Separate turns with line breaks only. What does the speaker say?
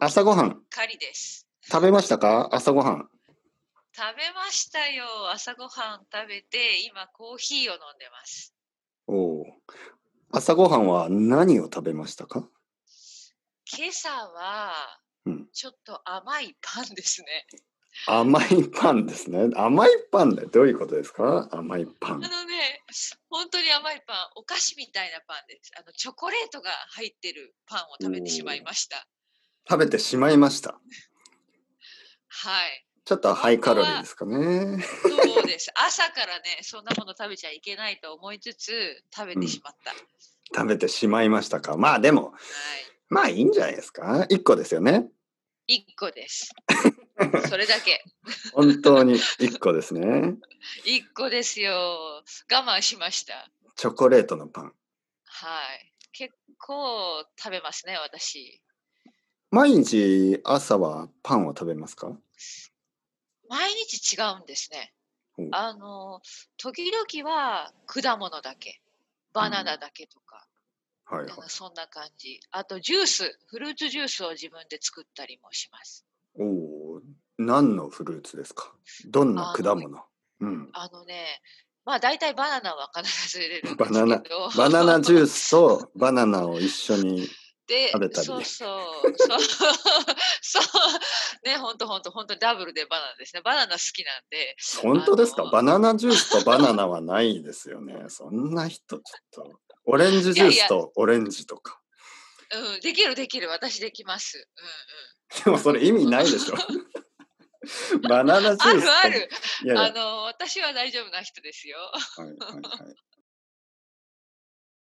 朝ごはん、
カリです。
食べましたか朝ごはん。
食べましたよ。朝ごはん食べて、今コーヒーを飲んでます。
おー朝ごはんは何を食べましたか
今朝は
うん、
ちょっと甘いパンですね。
甘いパンですね。甘いパンでどういうことですか甘いパン
あ。のね、本当に甘いパン、お菓子みたいなパンです。あのチョコレートが入ってるパンを食べてしまいました。
食べてしまいました。
はい。
ちょっとハイカロリーですかね。
そう です。朝からね、そんなもの食べちゃいけないと思いつつ、食べてしまった。はい。
食べてしまいましたかまあでも、まあいいんじゃないですか ?1 個ですよね。
一個です。それだけ。
本当に1個ですね。
一個ですよ。我慢しました。
チョコレートのパン。
はい。結構食べますね、私。
毎日朝はパンを食べますか
毎日違うんですね
うん。
あの、時々は果物だけ、バナナだけとか、
はいはい
なんかそんな感じ。あとジュース、フルーツジュースを自分で作ったりもします。
おお、何のフルーツですか。どんな果物。うん。
あのね、まあ大体バナナは必ず入れるんですけど。
バナバナナジュー
ス
スとバナナを一緒に。
で
食べたり
そうそう、そう、そう、ね、本当本当本当にダブルでバナナですね。バナナ好きなんで、
本当です
あ
か。
の
バナナジュースとバナナはないですよね。そんな人ちょっと。オレンジジュースとオレンジとか。
うん、できるできる、私できます。
でもそれ意味な いでしょ。バナナジ
うん、う
ュー
ん。あるあ
スと。
る。
いやいや。
あの、私は大丈夫な人ですよ。
はいはいはい